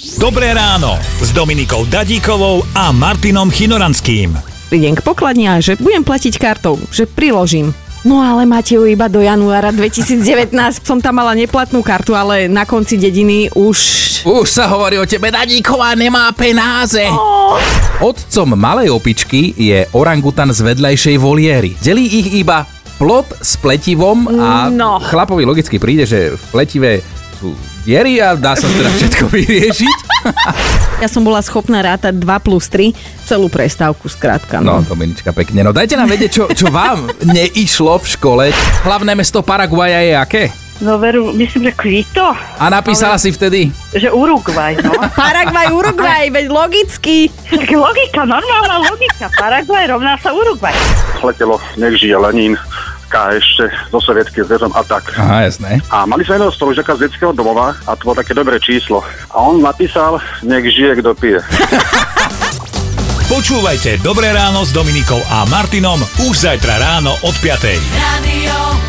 Dobré ráno s Dominikou Dadíkovou a Martinom Chinoranským. idem k pokladni a že budem platiť kartou, že priložím. No ale máte ju iba do januára 2019. Som tam mala neplatnú kartu, ale na konci dediny už... Už sa hovorí o tebe, Dadíková nemá penáze. Otcom malej opičky je orangutan z vedľajšej voliéry. Delí ich iba plot s pletivom a No. chlapovi logicky príde, že v pletive sú diery a dá sa teda všetko vyriešiť. Ja som bola schopná rátať 2 plus 3 celú prestávku skrátka. No, No. Dominička, pekne. No dajte nám vedieť, čo, čo vám neišlo v škole. Hlavné mesto Paraguaja je aké? No veru, myslím, že Kvito, A napísala si vtedy, že Uruguay, no. Paraguaj, Uruguaj, veď logicky. Tak logika, normálna logika. Paraguay rovná sa Uruguay. letelo Nech žije Lenin, K ešte so sovietským zväzom a tak. aha, jasné, A mali sme jedného spolužiaka z detského domova a to bolo také dobré číslo. A on napísal, nech žije, kto pije. Počúvajte Dobré ráno s Dominikou a Martinom už zajtra ráno od 5. Radio